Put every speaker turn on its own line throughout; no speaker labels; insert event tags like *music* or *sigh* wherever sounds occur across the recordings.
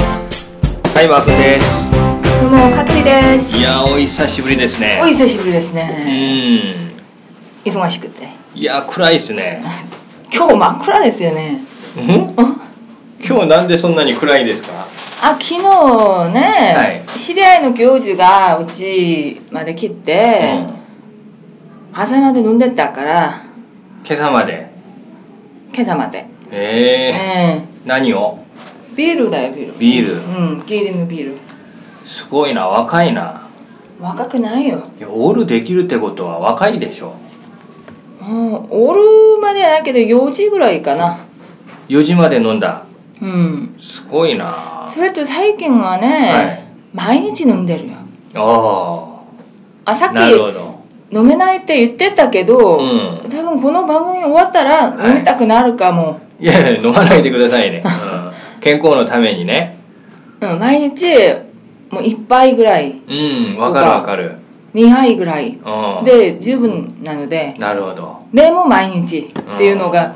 はい、マー君です。
どうも、かついです。
いやー、お久しぶりですね。
お久しぶりです
う
ね。
ん。
忙しくて。
いやー、暗いですね。
今日真っ暗ですよね。
ん今日なんでそんなに暗いですか
あ、昨日ね、知り合いの教授がうちまで来て、
うん
朝まで飲んでたから、
今朝まで。
今朝まで。
ええ
え
何を
えビールだよ、ビール。
ビール。
うん、キリンのビール。
すごいな、若いな。
若くないよ。
いやオールできるってことは若いでしょ。
うん、おるまではないけど、4時ぐらいかな。
4時まで飲んだ。
うん。
すごいな。あ
それと最近はね、
はい
毎日飲んでるよ。
あ
あ、さっ
ー。
き
なるほど。
飲めないって言ってたけど、
うん
多分この番組終わったら飲みたくなるかも、
いやいや、飲まないでくださいね。うん、健康のためにね。
うん、毎日もう1杯ぐらい
うん、わかるわかる。
2杯ぐらい
うん。
で十分なので
なるほど。
でも毎日っていうのが、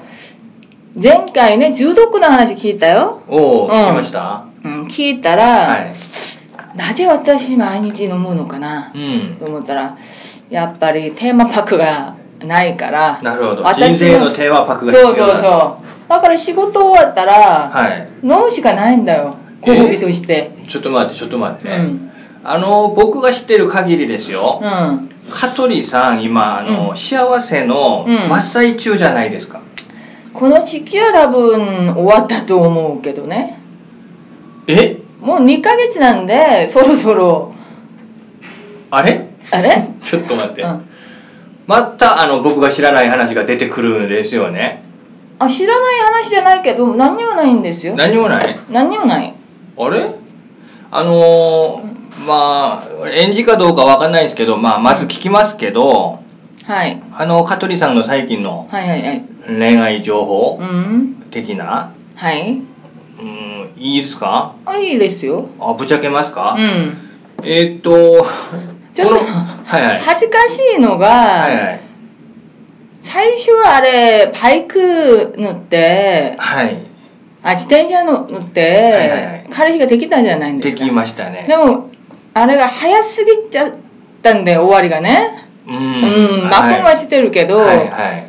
前回ね中毒の話聞いたよ、
おお、
うん
聞きました。
うん、聞いたら、
はい。
なぜ私毎日飲むのかな
うん。
と思ったらやっぱりテーマパックがないから
なるほど。
私の
人生のテーマパックが
そう
必要
そう
だ。
そうだから仕事終わったら、
はい。
飲むしかないんだよ
え
ご褒美として、
ちょっと待って、ちょっと待って。
うん
あの僕が知ってる限りですよ、
うん
香取さん今あの、幸せの
うん
真っ最中じゃないですか、
この時期は多分終わったと思うけどね
え
もう2ヶ月なんでそろそろ
あれ
あれ
ちょっと待って、
うん
またあの僕が知らない話が出てくるんですよね
あ知らない話じゃないけど何にもないんですよ
何もない
何にもない
あれあのーまあ演じかどうかわかんないんですけど、まあ、まず聞きますけど、
はい
あの香取さんの最近の
はいはいはい
恋愛情報
うん
的な、
はい
うん、いいですか
あいいですよ
あぶっちゃけますか、
うん
えーっと
ちょっと
このはいはい
恥ずかしいのが、
はいはい
最初はあれバイク乗って
はい
あ自転車乗って、
はいはいはい
彼氏ができたじゃないん
で
で
す
か
きましたね
でもあれが早すぎちゃったんで終わりがね
うん
うん、まあ、はしてるけど、
はいはいはい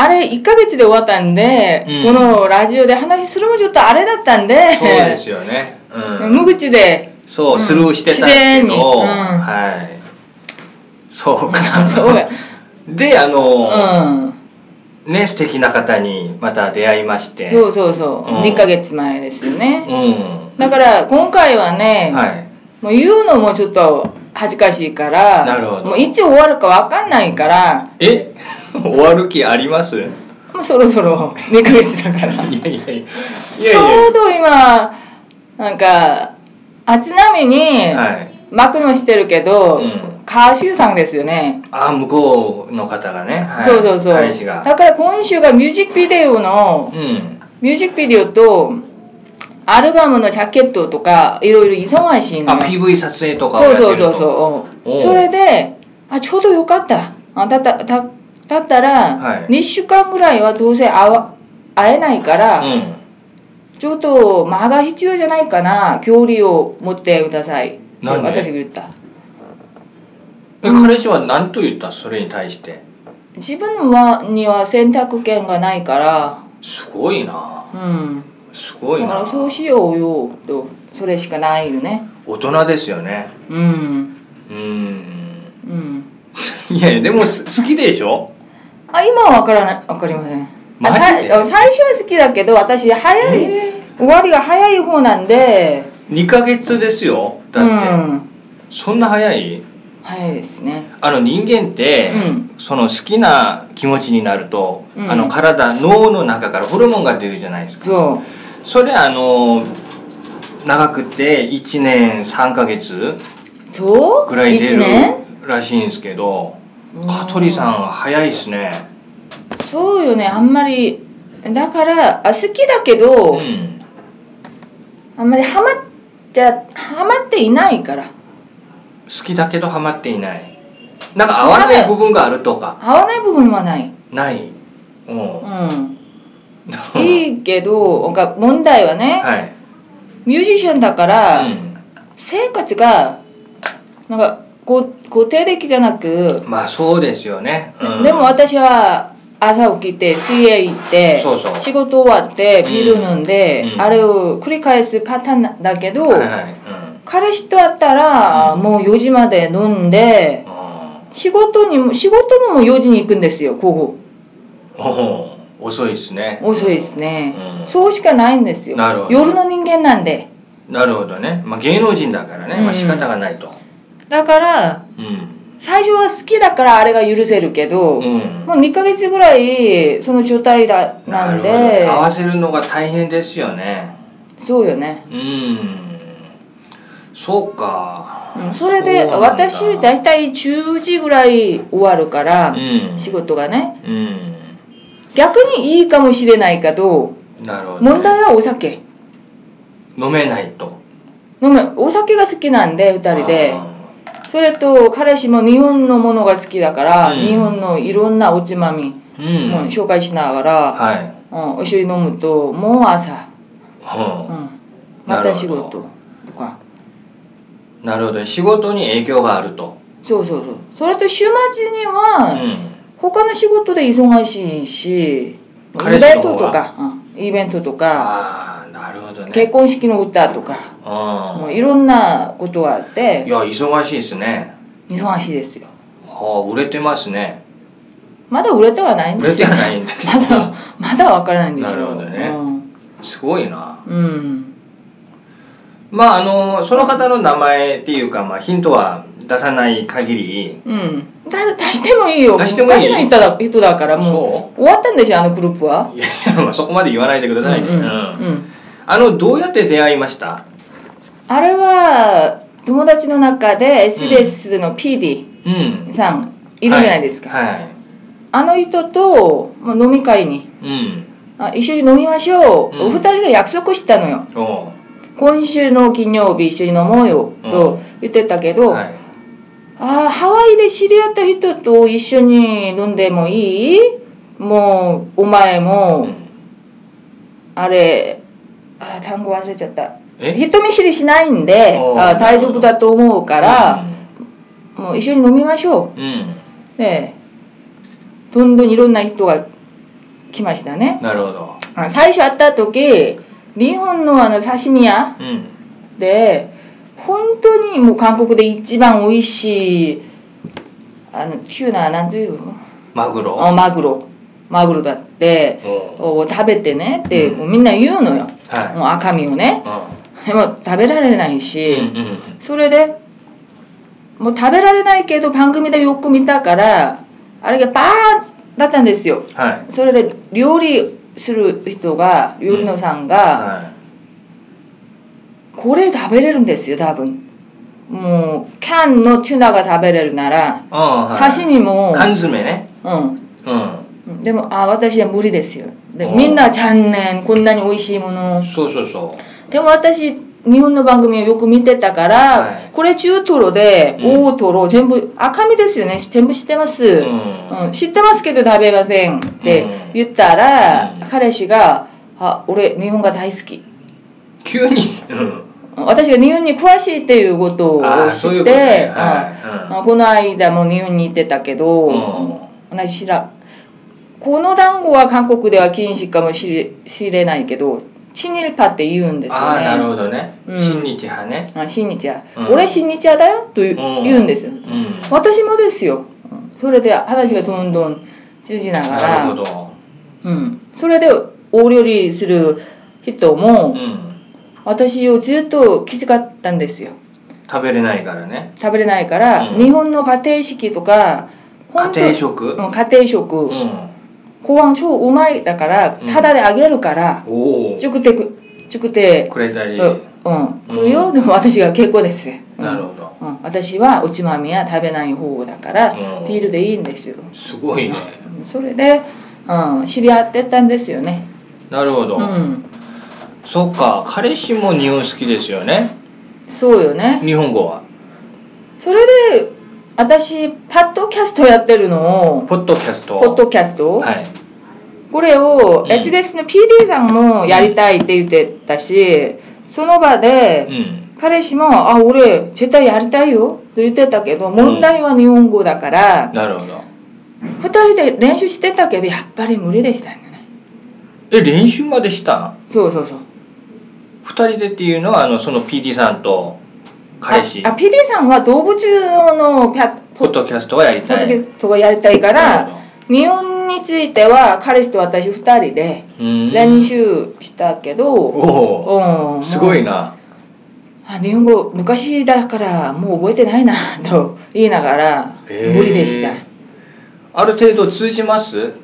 あれ1ヶ月で終わったんで、
うん
このラジオで話するもちょっとあれだったんで
そうですよね、うん、
無口で
そう、
うん
スルーしてたんですけど、
自然にうん
はいそうか、
そうや
であのー、
うん
ね素敵な方にまた出会いまして
そうそうそう、
うん
2ヶ月前ですよね、
うん
だから今回はね、
はい
もう言うのもちょっと恥ずかしいから
なるほど
もういつ終わるかわかんないから
え *laughs* 終わる気あります *laughs* いや
もうそろそろ2ヶ月だから
いやいやいや
ちょうど今なんかあちなみに、
はい
幕のしてるけど、
うん
カーシューさんですよね、
あ向こうの方がね、はい
そうそうそう
彼氏が
だから今週がミュージックビデオの
うん
ミュージックビデオとアルバムのジャケットとかいろいろ忙しいの
あ
よ
PV 撮影とかを
そ
や
う
ってると
そうそうそう
おう
それであちょうどよかったあだっただだった
はい
ら2週間ぐらいはどうせ会わ会えないから、
うん
ちょっと間が必要じゃないかな距離を持ってくださいって
なんで
私が言った
え彼氏は何と言ったそれに対して
自分はには選択権がないから
すごいな
うん
すごい
だか
な
らそうしようよとそれしかないよね
大人ですよね
うん
うん
うん
いやいやでもす好きでしょ
あ今は分からない分かりません
マジで
あさ最初は好きだけど私早い、終わりが早い方なんで
2ヶ月ですよだって、
うん、
そんな早い
早いですね
あの人間って、
うん
その好きな気持ちになると、
うん
あの体脳の中からホルモンが出るじゃないですか
そ
それあの長くて1年3ヶ月
うそう
ぐらい出
一
る
年
らしいんですけど
うん
香取さん早いっすね
そうよねあんまりだからあ好きだけど、
うん
あんまりハマっちゃハマっていないから
好きだけどハマっていないなんか合わない部分があるとか
合わない部分はない
ないうん
うん
い
いいけどなんか問題はね、
はい
ミュージシャンだから、
うん
生活がなんかごご定的じゃなく、
まあそうですよね、うん
でも私は朝起きて水泳行って
そうそう
仕事終わってビール飲んで、
うんうん
あれを繰り返すパターンだけど、
はいはいうん
彼氏と会ったらもう4時まで飲んで
あ
仕事にも仕事ももう4時に行くんですよこ
ー
こ
おー遅いですね
遅いですね、
うん
そうしかないんですよ
なるほど
夜の人間なんで
なるほどね、まあ、芸能人だからね、まあ、仕方がないと
だから
うん
最初は好きだからあれが許せるけど、
うん
もう2ヶ月ぐらいその状態だな
なるほ
ん
ど
で
合わせるのが大変ですよね
そうよね、
うんそうか、
うん、それで
うなんだ
私大体10時ぐらい終わるから、
うん
仕事がね
うん
逆にいいかもしれないけど
なるほど、ね、
問題はお酒
飲めないと
飲むお酒が好きなんで2人で
あ
それと彼氏も日本のものが好きだから、
うん
日本のいろんなおつまみも
ーうん
紹介しながら、
はい、
うん、一緒に飲むともう朝、う
は
ん、また仕事とか
あなるほどね仕事に影響があると
そうそうそうそれと週末に
う
は
ん
他の仕事で忙しいし、
彼
イ
氏
ベ
の
ント
方は
とか、うん、イベントとか
ああなるほどね
結婚式の歌とか
あ
もういろんなことがあっ
あい
て
や忙しいですね
忙しいですよ
はあ売れてますね
まだ売れてはないん
売
で
れ
す
て
よ
は
*laughs*
ないんだけ
まだ
ど
まだわからないんですよ
なるほどねすごいな
うん、うん
まああのその方の名前っていうか、まあ、ヒントは出さない限り
うん、だ出してもいいよ
出してもいい
昔の人だ人だからもう終わったんでしょあのグループはい
やいや、まあ、そこまで言わないでくださいね、
うん
う
う
ん
んうん
あのどうやって出会いました
あれは友達の中で SBS の PD
うん
さんいるじゃないですか、
はい、はい
あの人とまあ飲み会に
うん
あ一緒に飲みましょう、
うん
お二人で約束したのよ
お
今週の金曜日一緒に飲もうよと言ってたけ
う
ど、
はい
あーハワイで知り合った人と一緒に飲んでもいいもうお前も、
うん
あれあー単語忘れちゃった
え
人見知りしないんで
おー
あー大丈夫だと思うから、もう一緒に飲みましょ
うん、うん
うでどんどんいろんな人が来ましたね
なるほど
あ最初会った時日本のあの刺身屋
うん
で本当にもう韓国で一番美味しいあの急な何というの
マグロ
あマグロマグロだって
おう
お食べてねって
うん
もうみんな言うのよ、
は
もう赤身をね
いうん
でも食べられないし、
う
それでもう食べられないけど番組でよく見たからあれがバーだったんですよ
ん、はい。
それで料理する人が料理のさんが、
は
これ食べれるんですよ多分もうキャンのチュナが食べれるなら
い。はい、
刺身も、
缶詰ね。
う
うん。
ん、でもあ私は無理ですよで
おー
みんな残念こんなに美味しいもの
そうそうそ
でも私日本の番組をよく見てたから、
はい
これ中トロで
うん
大トロ、全部赤身ですよね全部知ってます、
う。
うん
ん。
知ってますけど食べませんって言ったら、
うん
彼氏が「あ俺日本が大好き」
急に。うん。
私が日本に詳しいっていうことを
ああ、
知
そういう
っ
ことね。
て
は
うんこの間も日本に行ってたけど、
い。うん。
同じ知らこの団子は韓国では禁止かもしれ知れないけどチニルパって言うんですよね
ああ、なるほどね。
うん
新日派ね。
あ親日や、
うん
俺親日派だよと言う
うん
言うんですよ、
うん。
私もですようんそれで話がどんどん通じなが
なるほ
ら、
ど。
うん、それでお料理する人も、
うん。
私をずっと気遣ったんですよ
食べれないからね。
食べれないから、
うん
日本の家庭式とか
家
本当
庭食。
うん家庭食、
うん。
公安超うまいだから
うん
ただであげるから、
おお。
作ってく作って
くれた
う
り。
ん、うん、来るよ、
うん
でも私が結構です、うん
なるほど。
うん、私はおつまみは食べない方だから、
うん
ビールでいいんですよ
すごいね。
それで、うん、知り合ってたんですよね
なるほど。
うん
そっか、彼氏も日本好きですよね。
そうよね
日本語は。
それで私パッドキャストやってるのを
ポッドキャスト。
ポッドキャスト、
はい。
これを
うん
SBS の PD さんもやりたいって言ってたし、その場で、
うん。
彼氏も「あ俺絶対やりたいよ」と言ってたけど問題は日本語だから、
なるほど
二人で練習してたけどやっぱり無理でしたね
え練習までした
そうそうそう
二人でっていうのはあのその PT さんと彼氏
ああ PD さんは動物のピャ
ポッドキャストはやり
ポ
た
ッ
い
ドキャストをやりたいか
なる
ら日本については彼氏と私二人で
ほどうん
練習したけど、
お
うん
おすごいな
あ日本語昔だからもう覚えてないなと言いながら
へー
無理でした
ある程度通じます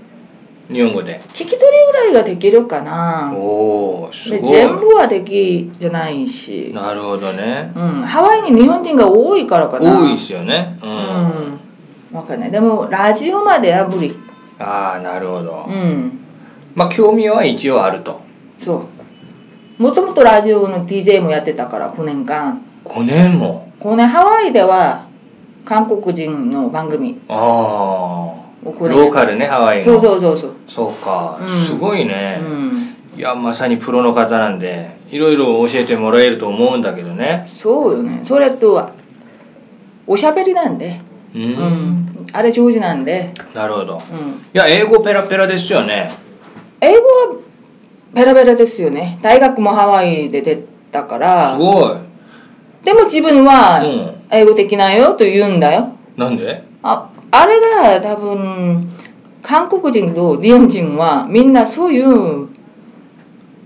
日本語で
聞き取りぐらいができるかな
おおす
で
ご
全部
い
はできじゃないし、
なるほどね
うん、ハワイに日本人が多いからかな
多いですよねうん、
うん分かんないでもラジオまでは無理
ああなるほど、
うん
まあ興味は一応あると
そうもともとラジオの DJ もやってたから5年間
5年も
5年ハワイでは韓国人の番組
ああ
をこれ
ローカルねハワイの
そうそうそうそう、
そうか、
うん
すごいね、
うん、
いやまさにプロの方なんでいろいろ教えてもらえると思うんだけどね
そうよねそれとはおしゃべりなんで、
うん、
うん、あれ上手なんで、
なるほど
うん、
いや英語ペラペラですよね
英語はベラベラですよね大学もハワイで出たから
すごい
でも自分は
うん
英語できないよと言うんだよ、
なんで
ああれが多分韓国人と日本人はみんなそういう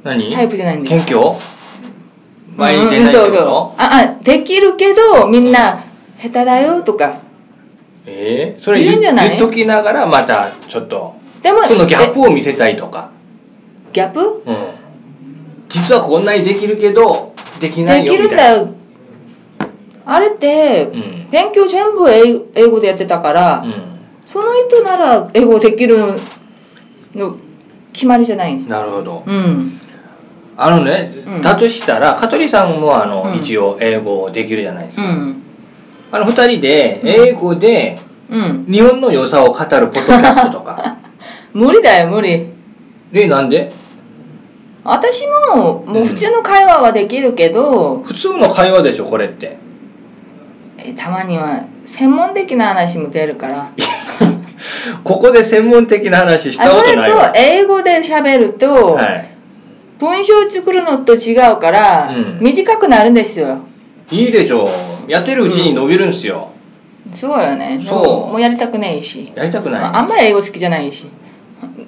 何
タイプじゃないんです
謙虚前に出
うん
ない
そ
け
う
ど
そ、うああできるけどみんな下手だよとか
えー、それ
いるんじゃな
言
い
っときながらまたちょっと
でも
そのギャップ
え
を見せたいとか、
ギャップ
うん、実はこんなにできるけどできない
で
よ
き
み
るんだ
たいな
よあれって、
ん
勉強全部英英語でやってたから、その人なら英語できるの決まりじゃない
うん、
ね
なるほど
うん
あのね、
うん
だとしたら香取さんもあの、
うん
一応英語できるじゃないです
う
か、
ん
あの二人で英語で
うん
日本の良さを語るポッドキャストと
*laughs*
か
無理だよ無理
でなんで
私ももううん普通の会話はできるけど、
普通の会話でしょこれって
えたまには専門的な話も出るから
ここで専門的な話した
あそ
こと
れと
ないわ
英語で喋ると、
はい
文章を作るのと違うから、
うん
短くなるんですよ
いいでしょうやってるうちに伸びるんすよ、
そうよね
そう
ももうやりたくないし
やりたくない、
まああんまり英語好きじゃないし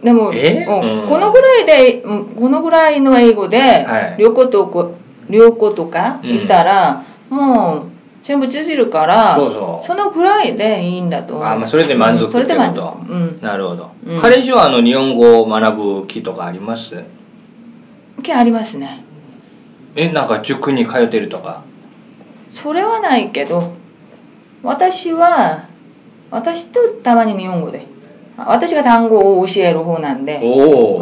でも、
え
うん
うん
このぐらいでうんこのぐらいの英語で
はい
旅行とこ旅行とか行ったら、もう全部通じるから
そうそう
そのぐらいでいいんだと思う
あまあそれで満足
うんそれで満足
ってこ
うん
なるほど、
うん
彼氏はあの日本語を学ぶ気とかあります
気ありますね
えなんか塾に通ってるとか
それはないけど私は私とたまに日本語であ私が単語を教える方なんで
お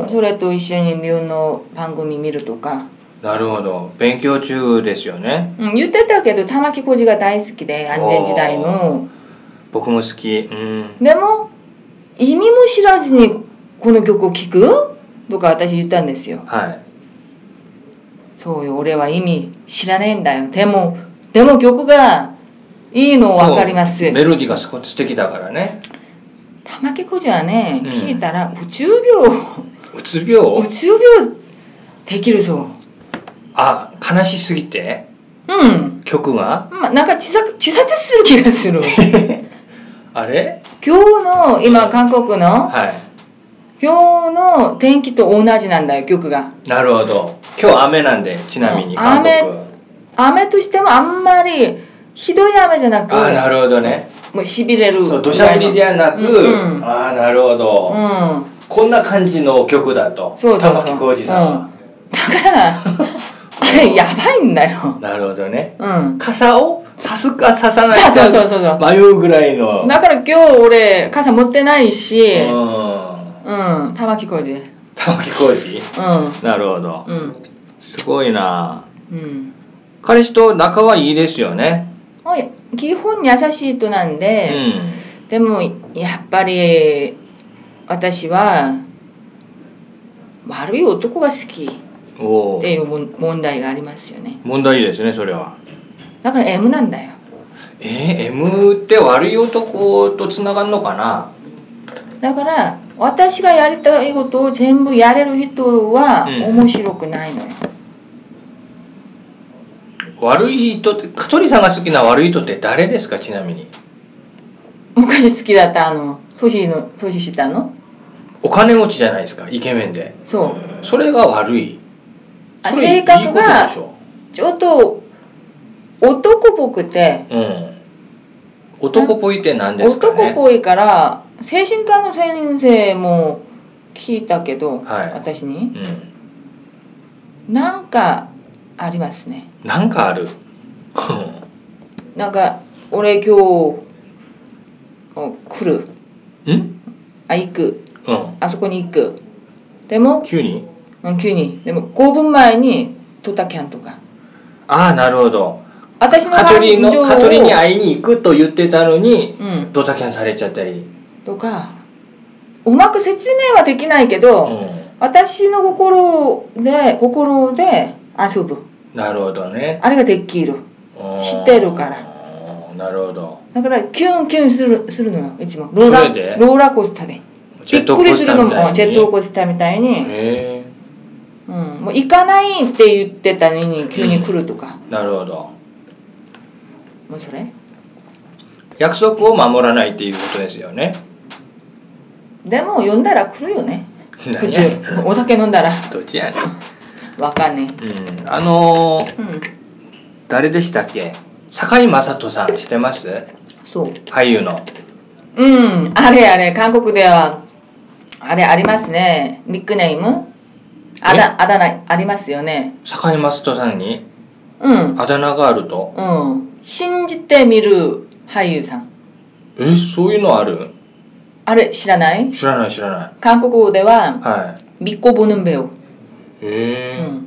お
それと一緒に日本の番組見るとか、
なるほど勉強中ですよね
うん、言ってたけど玉置浩二が大好きで安全時代の
僕も好きうん
でも意味も知らずにこの曲を聴くとか私言ったんですよ
はい
そうよ俺は意味知らねえんだよでもでも曲がいいの分かります
そうメロディーがすごい素敵だからね
玉置浩二はね、
うん
聞いたら宇宙病
うつ病
宇宙病できるぞ
あ悲しすぎて
うん、
曲が
まあ、なんか自殺自殺する気が
*laughs*
する
あれ
今日の今韓国の
はい
今日の天気と同じなんだよ曲が
なるほど今日雨なんでちなみに韓国
雨雨としてもあんまりひどい雨じゃなく
あーなるほどね、
もうしびれる
そう土砂降りではなく、
うんうん
ああなるほど、
うん
こんな感じの曲だと
そうそうそう
玉置浩二さんは、
だからあ
*laughs*
れやばいんだよ
なるほどね
うん
傘をさすかささない
そ
か
うそうそうそう
迷うぐらいの
だから今日俺傘持ってないし
うん
うん玉置浩二
玉置浩二なるほど
うんうん
すごいな
うん
彼氏と仲はいいですよね
まあ基本優しい人なん
う
で、
ん
でもやっぱり私は悪い男が好き
お
っ
お
ていう問問題がありますよね
問題ですねそれは
だから M なんだよ
えー、M って悪い男とつながるのかな
だから私がやりたいことを全部やれる人は
うん
面白くないのよ、
悪い人って香取さんが好きな悪い人って誰ですかちなみに
昔好きだったあの年の年下の
お金持ちじゃないですかイケメンで
そう
それが悪い
あ
それ
性格
いい
が
こ
ちょっと男っぽくて
とでしょうん男っぽいって何ですかね
男っぽいから精神科の先生も聞いたけど、
はい
私に
うん
なんかありますね
なんかある
なんか俺今日お来る
うん
あ行く
うん
あそこに行くでも
急に
うん急にでも5分前にドタキャンとか
ああなるほど
私の
香取の
感情を
香取に会いに行くと言ってたのに
うん
ドタキャンされちゃったり
とかうまく説明はできないけど、
うん
私の心で心で遊ぶ
なるほどね
あれができる
うん
知ってるから
うんなるほど
だからキュンキュンするするのよいつもローラ
それで
ローラーコースターで
ジェ
びっ
ット
く
コー
りす
スタ
るの
ーみ
も
たいに
ジェットコースターみたいに、
へえ
うん、もう行かないって言ってたのに急に来るとか、
なるほど
もうそれ
約束を守らないっていうことですよ *laughs* ね
でも呼んだら来るよね
何
普通お酒飲んだら
どっちやねん
わかんね
うんあのー
えうん
誰でしたっけ堺雅人さん知ってます
そう
俳優の
うんあれあれ韓国ではあれありますねニックネームあだあだ名ありますよね
堺雅人さんに
うん
あだ名があると
うん信じてみる俳優さん
えそういうのある
あれ知らない
知らない知らない
韓国語では
はい
믿고 보는 배우 う
へえ、
ん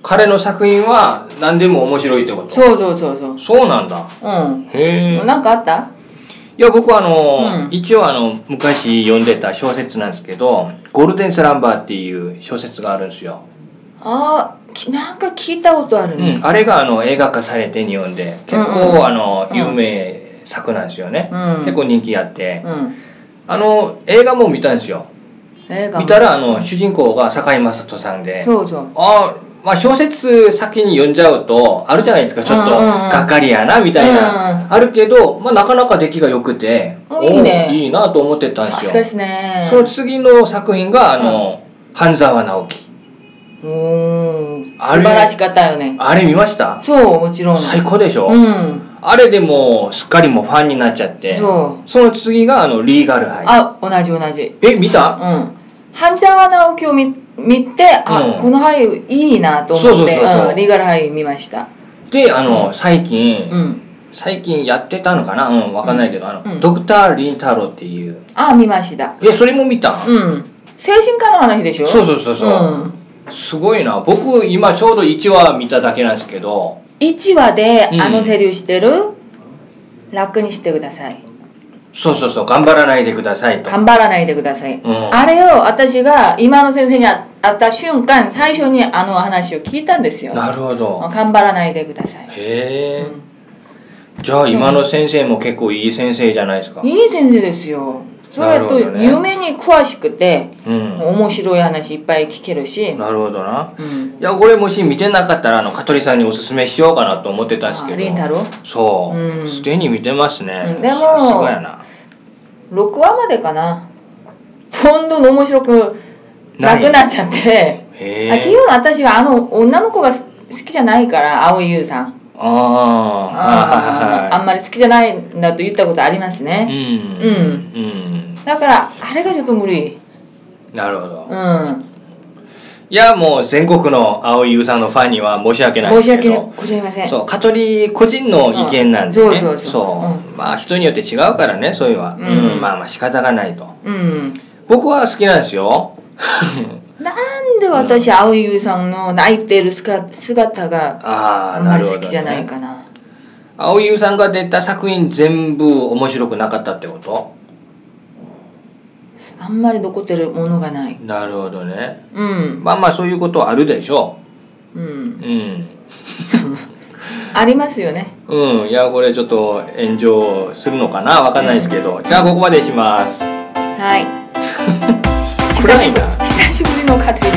彼の作品は何でも面白いってこと
そうそうそうそう
そうなんだ
う
へえ
んなんかあった
いや僕はあの、
うん
一応あの昔読んでた小説なんですけど「ゴールデンスランバー」っていう小説があるんですよ、
あーきなんか聞いたことあるね
あれがあの映画化されて日本で結
うんうん
構あの
うん
有名作なんですよね、
うん
結構人気あって
うん、
あの映画も見たんですよ
映画も
見たらあの主人公が堺雅人さんで
そうそう
あーまあ小説先に読んじゃうとあるじゃないですかちょっと
うんうんうん
がっかりやなみたいな、
うん
あるけど、まあ、なかなか出来が良くて
おいいね
おーいいなと思ってたんで
さ
す
す
よ
がですね
その次の作品があの、半沢直樹
おー素
あれ
晴らしかったよね
あれ見ました
そうもちろん
最高でしょ、
うん
あれでもうすっかりもうファンになっちゃって
そう
その次があのリーガルハイ
あ同じ同じ
え見
う
た
ん半沢直樹を見見てあ、
うん
この俳優いいなと思って
そうそうそうそうん
リーガル俳優見ました
であの最近、
うん
最近やってたのかなうんわかんないけど、あの、
うん
ドクター・リン太郎っていう
あ見ました
えそれも見た、
うん精神科の話でしょ
そうそうそうそう、
うん、
すごいな僕今ちょうど1話見ただけなんですけど
1話で
うん
あのセリフしてる、楽にしてください
そうそうそう頑張らないでくださいと
頑張らないでください、
ん
あれを私が今の先生に会った瞬間最初にあの話を聞いたんですよ
なるほど
頑張らないでください
へえ、じゃあ今の先生も結構いい先生じゃないですか
いい先生ですよそ
な
れ
るほ
と
どね
夢に詳しくて、
うん
面白い話いっぱい聞けるし、
なるほどな
う
い
ん、
やこれもし見てなかったらあの香取さんにおすすめしようかなと思ってたんですけ
あ
ど
りんたろ
そう、
うん
すでに見てますね、
うんでも
さすがやな
6話までかなどんどん面白くな
ない
くなっちゃって、
へ
あ基
え
本私はあの女の子がす好きじゃないから蒼井
*laughs*
優さん
ああ
あーあんまり好きじゃないんだと言ったことあります
う
ね、
ん
う
うん
だからあれがちょっと無理
なるほど、
うん
いやもう全国の青井優さんのファンには申し訳ないで
申
す
し
けど
訳ございません
そう香取個人の意見なんでね、
うんそうそうそう
そうまあ人によって違うからねそういうのは、
うん
うんまあまあ仕方がないと
うん
僕は好きなんですよ *laughs*
なんで私蒼井優さんの泣いてる姿姿が
あ
あ
あ
んま
な
り
るほ
好
ど、ね、
きじゃないかな
青井優さんが出た作品全部面白くなかったってこと
あんまり残ってるものがない
なるほどね
うん
まあまあそういうことはあるでしょ
うん
ううん
ありますよね
うんいやこれちょっと炎上するのかなわかんないですけどじゃあここまでします
はい
苦しいな
久しぶりの家庭